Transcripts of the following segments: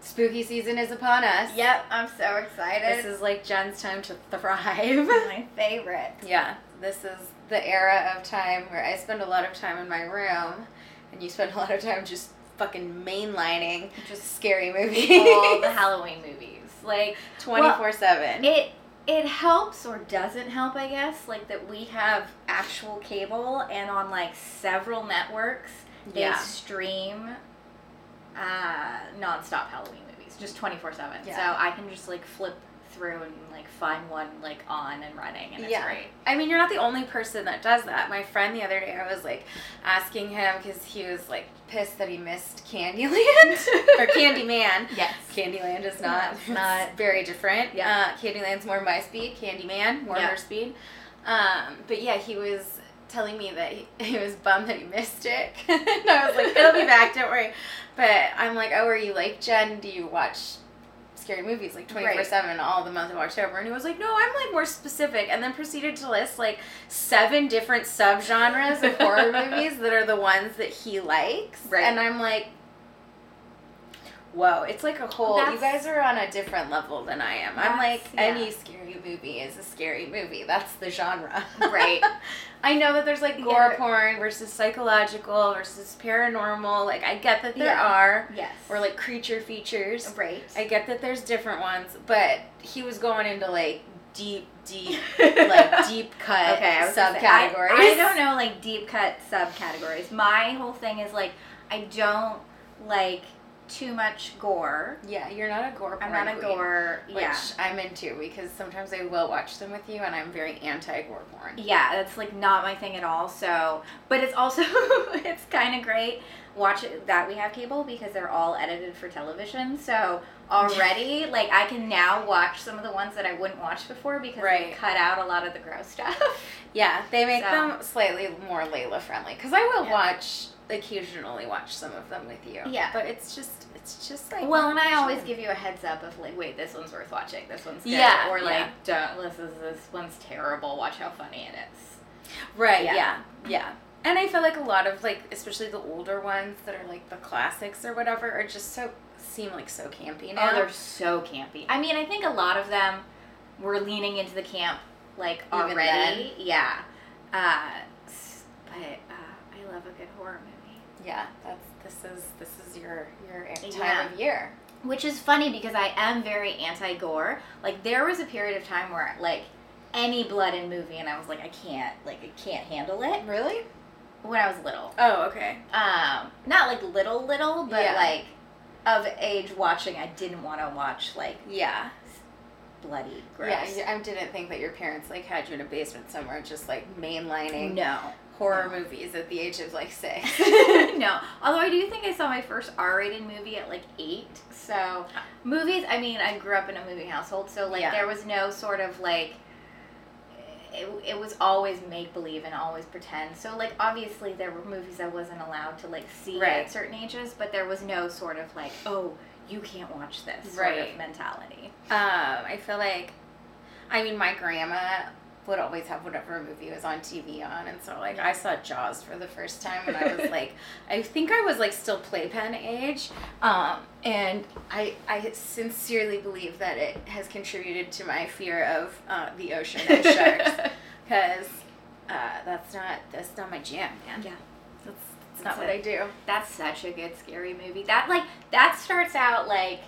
Spooky season is upon us. Yep, I'm so excited. This is like Jen's time to thrive. my favorite. yeah, this is the era of time where I spend a lot of time in my room and you spend a lot of time just fucking mainlining Just scary movies. all the Halloween movies. Like 24 7. it it helps or doesn't help, I guess, like that we have actual cable and on like several networks they Yeah. stream uh nonstop Halloween movies, just 24/7. Yeah. So I can just like flip through and like find one like on and running and it's Yeah. great. I mean, you're not the only person that does that. My friend the other day, I was like asking him because he was like pissed that he missed Candyland or Candyman. Yes. Candyland is not It's not. it's very different. Yeah. Uh, Candyland's more my speed. Candyman more Yeah. her speed. Um, but yeah, he was telling me that he, he was bummed that he missed it, and I was like, "It'll be back, don't worry." But I'm like, "Oh, are you like Jen? Do you watch?" Scary movies like Right. 24 7 all the month of October. And he was like, No, I'm like more specific. And then proceeded to list like seven different subgenres of horror movies that are the ones that he likes. Right. And I'm like, Whoa, it's like a whole. you That's- guys are on a different level than I am. I'm like, That's- any yeah. scary movie is a scary movie. That's the genre. Right. I know that there's like gore Yeah. porn versus psychological versus paranormal. Like, I get that there Yeah. are. Yes. Or like creature features. right. I get that there's different ones, but he was going into like deep, deep, like deep cut okay, I was gonna say, I- subcategories. I, don't know like deep cut subcategories. My whole thing is like I don't like too much gore. Yeah, you're not a gore. I'm porn not a queen, gore. which yeah. I'm into because sometimes I will watch them with you, and I'm very anti gore porn. Yeah, that's like not my thing at all. So, but it's also it's kind of great watch it, that we have cable because they're all edited for television. So already, like I can now watch some of the ones that I wouldn't watch before because they Right. cut out a lot of the gross stuff. Yeah, they make So- them slightly more Layla friendly because I will Yeah. watch occasionally watch some of them with you. Yeah. but it's just it's just like Well, and I always chill. give you a heads up of like, wait, this one's worth watching. This one's good. Yeah, Or like, don't. This is this one's terrible. Watch how funny it is. Right. Yeah. Yeah. yeah. And I feel like a lot of like, especially the older ones that are like the classics or whatever, are just so seem like so campy now. Oh, they're so campy. I mean, I think a lot of them were leaning into the camp like Even already. Yeah. Uh, s- but uh, I love a good horror movie. yeah. That's this is this is your your time Yeah. of year. Which is funny because I am very anti gore. Like there was a period of time where like any blood in movie, and I was like, I can't, like I can't handle it. Really? When I was little. Oh, okay. um not like little little but Yeah. like of age watching i didn't want to watch like Yeah. bloody gross Yeah. I I didn't think that your parents like had you in a basement somewhere, just like mainlining no horror movies at the age of like six. no although i do think i saw my first r-rated movie at like eight so movies i mean i grew up in a movie household so like Yeah. there was no sort of like it, it was always make believe and always pretend so like obviously there were movies i wasn't allowed to like see Right. at certain ages but there was no sort of like oh you can't watch this sort Right. of mentality Um, I feel like, I mean, my grandma would always have whatever movie was on TV on, and so like I saw Jaws for the first time when I was like, I think I was like still playpen age, um, and I I sincerely believe that it has contributed to my fear of uh, the ocean and sharks because uh, that's not that's not my jam, man. Yeah. that's, that's That's not what it. I do. That's such a good scary movie. That like that starts out like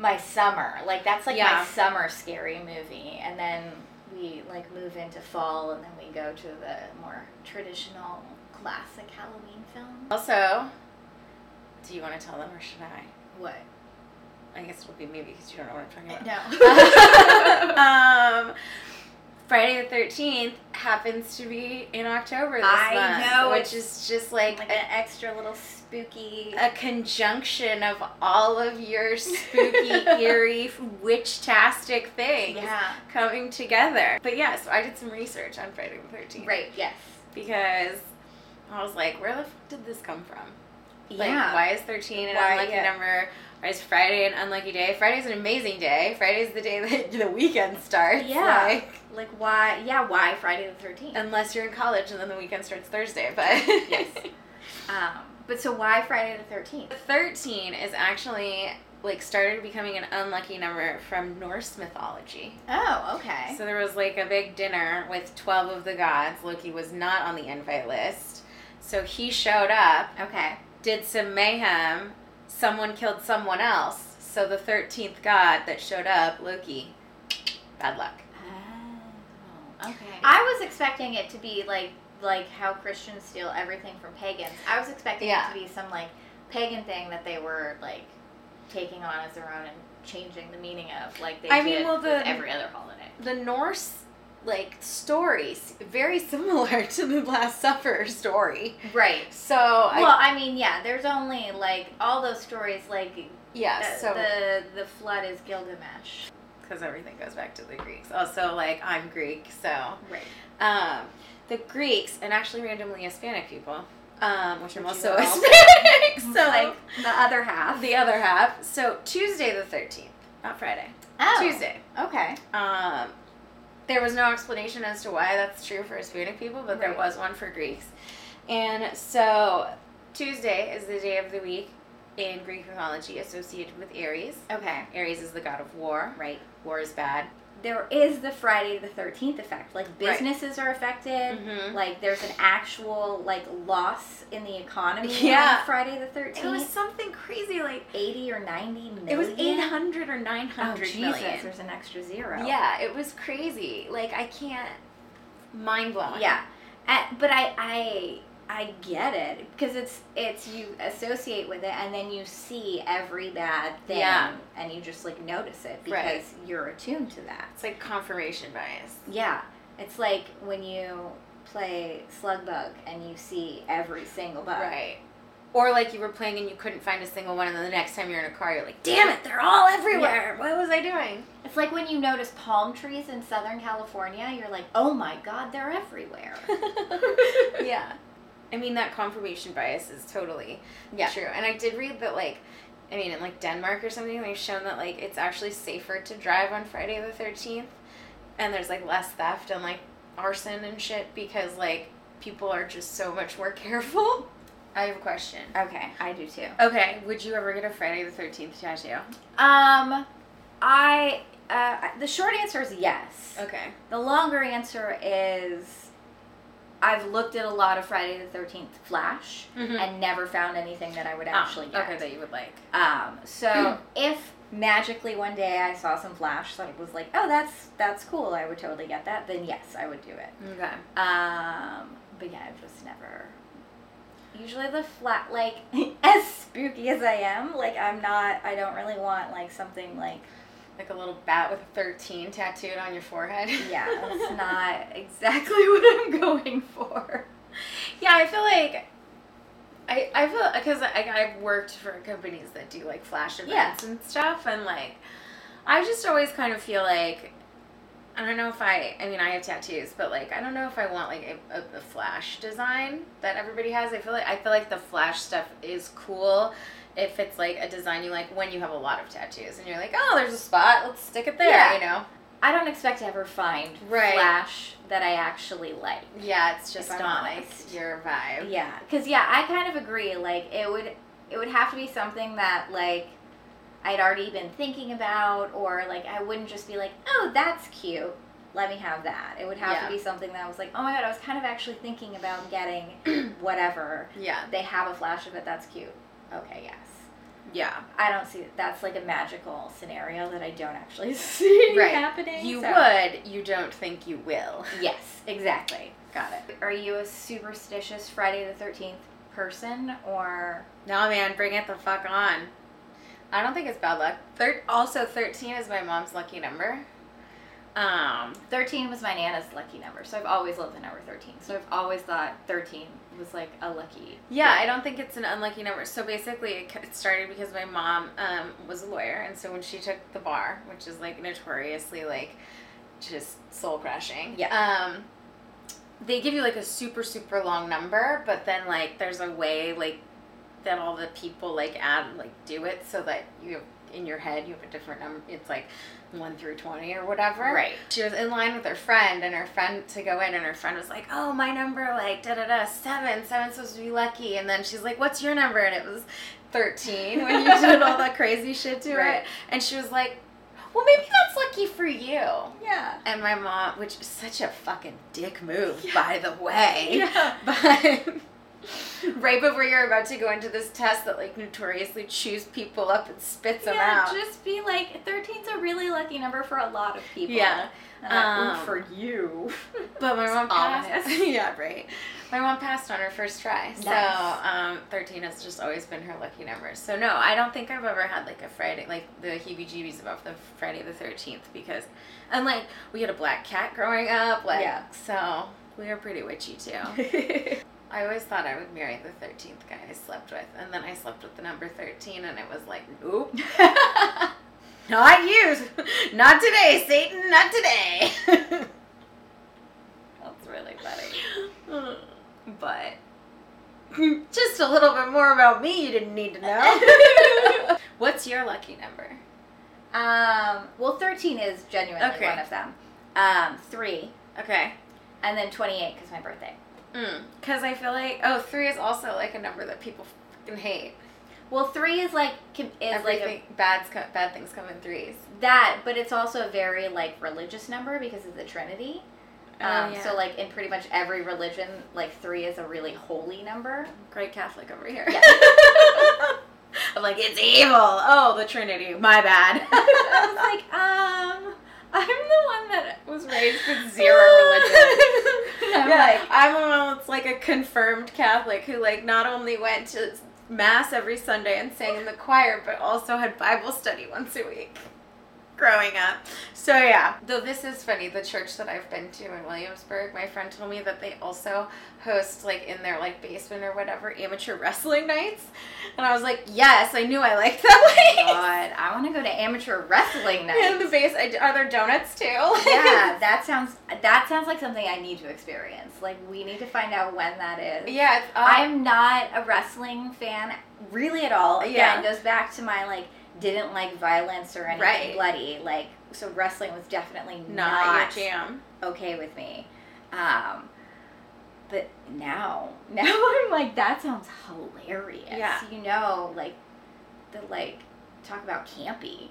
my summer. Like that's like my Yeah. summer scary movie, and then we like move into fall, and then we go to the more traditional classic Halloween film. Also, do you want to tell them or should I? What? I guess it'll be me because you don't know what I'm talking about. No. um, Friday the Thirteenth happens to be in October this I month, know, which is just like, like an extra little spooky. a, a conjunction of all of your spooky, eerie, witch-tastic things Yeah. coming together. But yeah, so I did some research on Friday the Thirteenth, Right. Yes. Because I was like, where the fuck did this come from? Like, yeah. why is 13 an Why- unlucky yeah. number? Why is Friday an unlucky day? Friday's an amazing day. Friday's the day that the weekend starts. Yeah. Like, Like why? Yeah. Why Friday the Thirteenth? unless you're in college and then the weekend starts Thursday, but. Yes. Um. But so why Friday the Thirteenth? 13 is actually like started becoming an unlucky number from Norse mythology. Oh, okay. So there was like a big dinner with 12 of the gods. Loki was not on the invite list. So he showed up, okay. did some mayhem, someone killed someone else. So the 13th god that showed up, Loki, bad luck. Oh, okay. I was expecting it to be like like how Christians steal everything from pagans. I was expecting Yeah. it to be some like pagan thing that they were like taking on as their own and changing the meaning of like they I did mean, well, with the- every other holiday. The Norse like stories very similar to the Last Supper story. Right. So I, Well, I mean, yeah, there's only like all those stories like yeah, the, so the the flood is Gilgamesh. because everything goes back to the Greeks. Also, like I'm Greek, so Right. um, the Greeks and actually randomly Hispanic people, um, which I'm Which also you are also. Hispanic. so So like the other half. the other half. So Tuesday the 13th, not Friday. Oh, Tuesday. Okay. Um, there was no explanation as to why that's true for Hispanic people, but there Right. was one for Greeks. And so Tuesday is the day of the week in Greek mythology associated with Aries. Okay. Aries is the god of war. Right. War is bad. There is the Friday the 13th effect. Like Right. businesses are affected. Mhm. Like there's an actual like loss in the economy Yeah. on Friday the 13th. It was something crazy, like 80 or 90 million. it was 800 or nine Oh hundred Jesus, million. there's an extra zero. Yeah, it was crazy. Like I can't. Mind blowing. Yeah, Uh, but I I I get it because it's it's you associate with it and then you see every bad thing Yeah. and you just like notice it because Right. you're attuned to that. It's like confirmation bias. Yeah, it's like when you play Slug Bug and you see every single bug. Right. Or like you were playing and you couldn't find a single one, and then the next time you're in a car, you're like, "Damn it, they're all everywhere! What was I doing?" It's like when you notice palm trees in Southern California, you're like, oh my god, they're everywhere. yeah. I mean that confirmation bias is totally Yeah. true. And I did read that like I mean in like Denmark or something they've shown that like it's actually safer to drive on Friday the 13th and there's like less theft and like arson and shit because like people are just so much more careful. I have a question. Okay, I do too. Okay, would you ever get a Friday the 13th tattoo? Um, I uh, the short answer is yes. Okay. The longer answer is I've looked at a lot of Friday the 13th Flash Mhm. and never found anything that I would Actually, actually get. Ah, okay, that you would like. Um, so if magically one day I saw some Flash that was like, oh, that's that's cool, I would totally get that, then yes, I would do it. Okay. Um, but yeah, I've just never. Usually the flat, like as spooky as I am, like I'm not. I don't really want like something like Like a little bat with a 13 tattooed on your forehead. yeah, that's not exactly what I'm going for. Yeah, I feel like I I feel because I I've worked for companies that do like flash events and stuff, and like I just always kind of feel like I don't know if I I mean I have tattoos, but like I don't know if I want like a, a, a flash design that everybody has. I feel like I feel like the flash stuff is cool. If it's like a design you like when you have a lot of tattoos and you're like, oh, there's a spot, let's stick it there, Yeah. you know? I don't expect to ever find Right. Flash that I actually like. Yeah, it's just If I'm not like honest. your vibe. Yeah, because yeah, I kind of agree. Like it would, it would have to be something that like I'd already been thinking about, or like I wouldn't just be like, oh, that's cute. Let me have that. It would have Yeah. to be something that was like, oh my god, I was kind of actually thinking about getting whatever. Yeah, They have a flash of it. That's cute. Okay, yes. yeah. I don't see that's like a magical scenario that I don't actually see Right. happening. You so- would, you don't think you will. Yes, exactly. Got it. Are you a superstitious Friday the 13th person or No, man, bring it the fuck on. I don't think it's bad luck. Thir- also, 13 is my mom's lucky number. Um, 13 was my nana's lucky number. So I've always loved the number 13. So I've always thought 13 was like a lucky. yeah, I don't think it's an unlucky number. So basically, it c- it started because my mom um, was a lawyer, and so when she took the bar, which is like notoriously like just soul crushing. Yeah. Um, they give you like a super super long number, but then like there's a way like that all the people like add like do it so that you in your head you have a different number. It's like one through twenty or whatever. Right. She was in line with her friend, and her friend to go in, and her friend was like, "Oh, my number, like da da da seven. Seven's supposed to be lucky." And then she's like, "What's your number?" And it was thirteen when you did all that crazy shit to Right. it. And she was like, "Well, maybe that's lucky for you." Yeah. And my mom, which is such a fucking dick move, by the way. Yeah. But right before you're about to go into this test that like notoriously chews people up and spits them yeah, out. just be like, 13's a really lucky number for a lot of people. Yeah. And I'm like, "Ooh, Um, for you. But my mom ominous. passed. yeah, right. My mom passed on her first try. Nice. So um, 13 has just always been her lucky number. So no, I don't think I've ever had like a Friday, like the heebie-jeebies about the Friday the 13th because, and like we had a black cat growing up, like Yeah. so we were pretty witchy too. I always thought I would marry the 13th guy I slept with, and then I slept with the number 13, and it was like, nope. not you! Not today, Satan, not today! That's really funny. But just a little bit more about me you didn't need to know. What's your lucky number? um, well, 13 is genuinely Okay. one of them. Um, three, Okay. and then 28 because my birthday. Because I feel like, oh, three is also like a number that people fucking hate. Well, three is like com- is Everything, like bad's co- bad things come in threes. a, that, but it's also a very like religious number because of the Trinity. Um, So like in pretty much every religion, like three is a really holy number. great Catholic over here. Yeah. I'm like, it's evil. Oh, the Trinity. My bad. I was like, um, I'm the one that was raised with zero religion. religion. I'm I'm yeah, like- I'm almost like a confirmed Catholic who like not only went to mass every Sunday and sang in the choir, but also had Bible study once a week growing up. So yeah. Though this is funny, the church that I've been to in Williamsburg, my friend told me that they also host like in their like basement or whatever amateur wrestling nights. And I was like, yes, I knew I liked that place. God, I want to go to amateur wrestling And night. the base, I, are there donuts too? yeah, that sounds that sounds like something I need to experience. Like we need to find out when that is. yeah. It's, uh, I am not a wrestling fan really at all. Again, Yeah. it goes back to my like didn't like violence or anything Right. bloody. Like so wrestling was definitely not, not, your jam. okay with me. Um but now now I'm like that sounds hilarious. Yeah. You know, like the like talk about campy.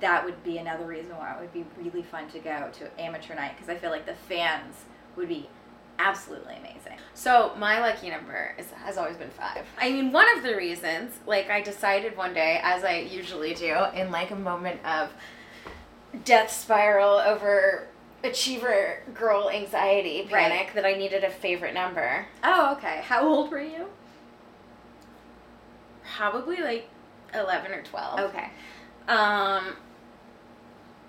That would be another reason why it would be really fun to go to amateur night because I feel like the fans would be absolutely amazing. So my lucky number is, has always been five. I mean, one of the reasons, like I decided one day, as I usually do, in like a moment of death spiral over achiever girl anxiety Right. panic, that I needed a favorite number. Oh, okay. How old were you? Probably like eleven or twelve. Okay. Um,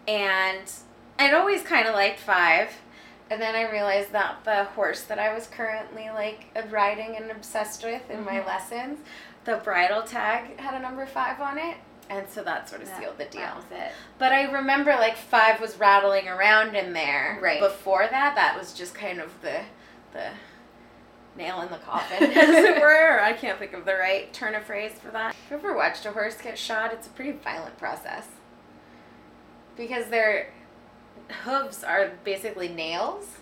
and I'd always kind of liked five. And then I realized that the horse that I was currently like riding and obsessed with in my Mhm. lessons, the bridle tag had a number five on it. And so that sort of That- sealed the deal. That was it. But I remember like five was rattling around in there. Right. Before that, that was just kind of the the nail in the coffin, as it were. I can't think of the right turn of phrase for that. If you ever watched a horse get shot, it's a pretty violent process. Because their hooves are basically nails.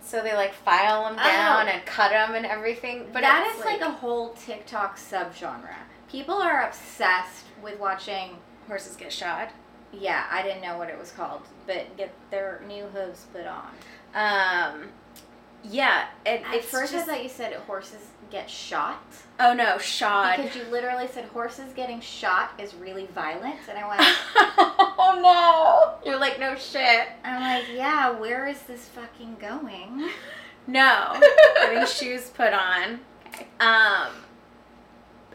So they like file them down Oh. and cut them and everything. But But that it's is like, a whole TikTok subgenre. People are obsessed with watching. horses get shot. Yeah, I didn't know what it was called, but get their new hooves put on. Um, yeah. And At it's first, just, I thought you said horses get shot oh no, shod. because you literally said horses getting shot is really violent, and I went, oh no! You're like, no shit. I'm like, yeah, where is this fucking going? No. Getting shoes put on. Um,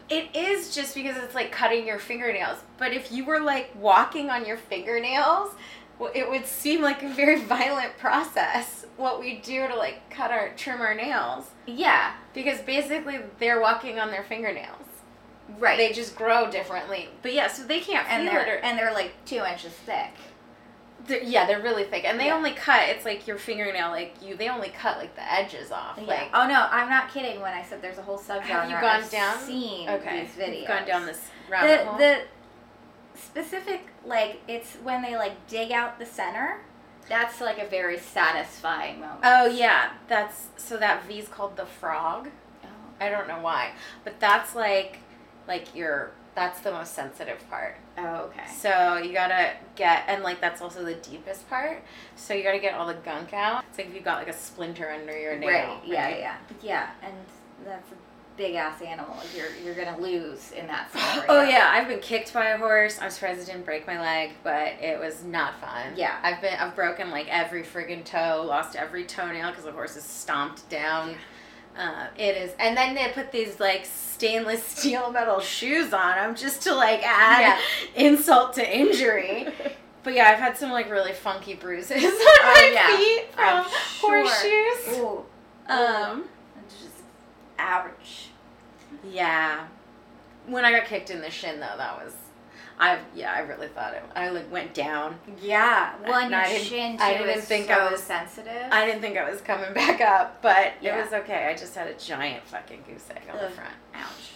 it is just because it's like cutting your fingernails. But if you were like walking on your fingernails, well, it would seem like a very violent process what we do to like cut our trim our nails Yeah, because basically they're walking on their fingernails. right. They just grow differently. But yeah, so they can't and feel it they're or- and they're like two inches thick. They're, yeah, they're really thick, and they Yeah. only cut. It's like your fingernail, like you. They only cut like the edges off. Yeah. Like Oh no, I'm not kidding when I said there's a whole subgenre. you gone I've down? Seen okay, these videos. you've gone down this rabbit The, hole. the specific like it's when they like dig out the center. That's like a very satisfying moment. Oh yeah, that's so that V's called the frog. Oh, I don't know why, but that's like like your that's the most sensitive part. Oh, okay. So you gotta get and like that's also the deepest part. So you gotta get all the gunk out. It's like if you got like a splinter under your nail. Right. Yeah, right? yeah, yeah. And that's a big ass animal. You're you're gonna lose in that scenario. Oh yeah, I've been kicked by a horse. I'm surprised it didn't break my leg, but it was not fun. Yeah. I've been I've broken like every friggin' toe, lost every toenail because the horse is stomped down. Uh, it is, and then they put these like stainless steel metal shoes on them just to like add insult to injury. But yeah, I've had some like really funky bruises on my Oh, yeah. feet I'm from sure. horseshoes. Ooh. Um, It's just ouch. Yeah. When I got kicked in the shin, though, that was, I yeah, I really thought it. I like went down. Yeah. Well, and No, I your didn't- shin too I didn't is think so I was- sensitive. I didn't think I was coming back up, but Yeah. it was okay. I just had a giant fucking goose egg on the Ugh. front. ouch.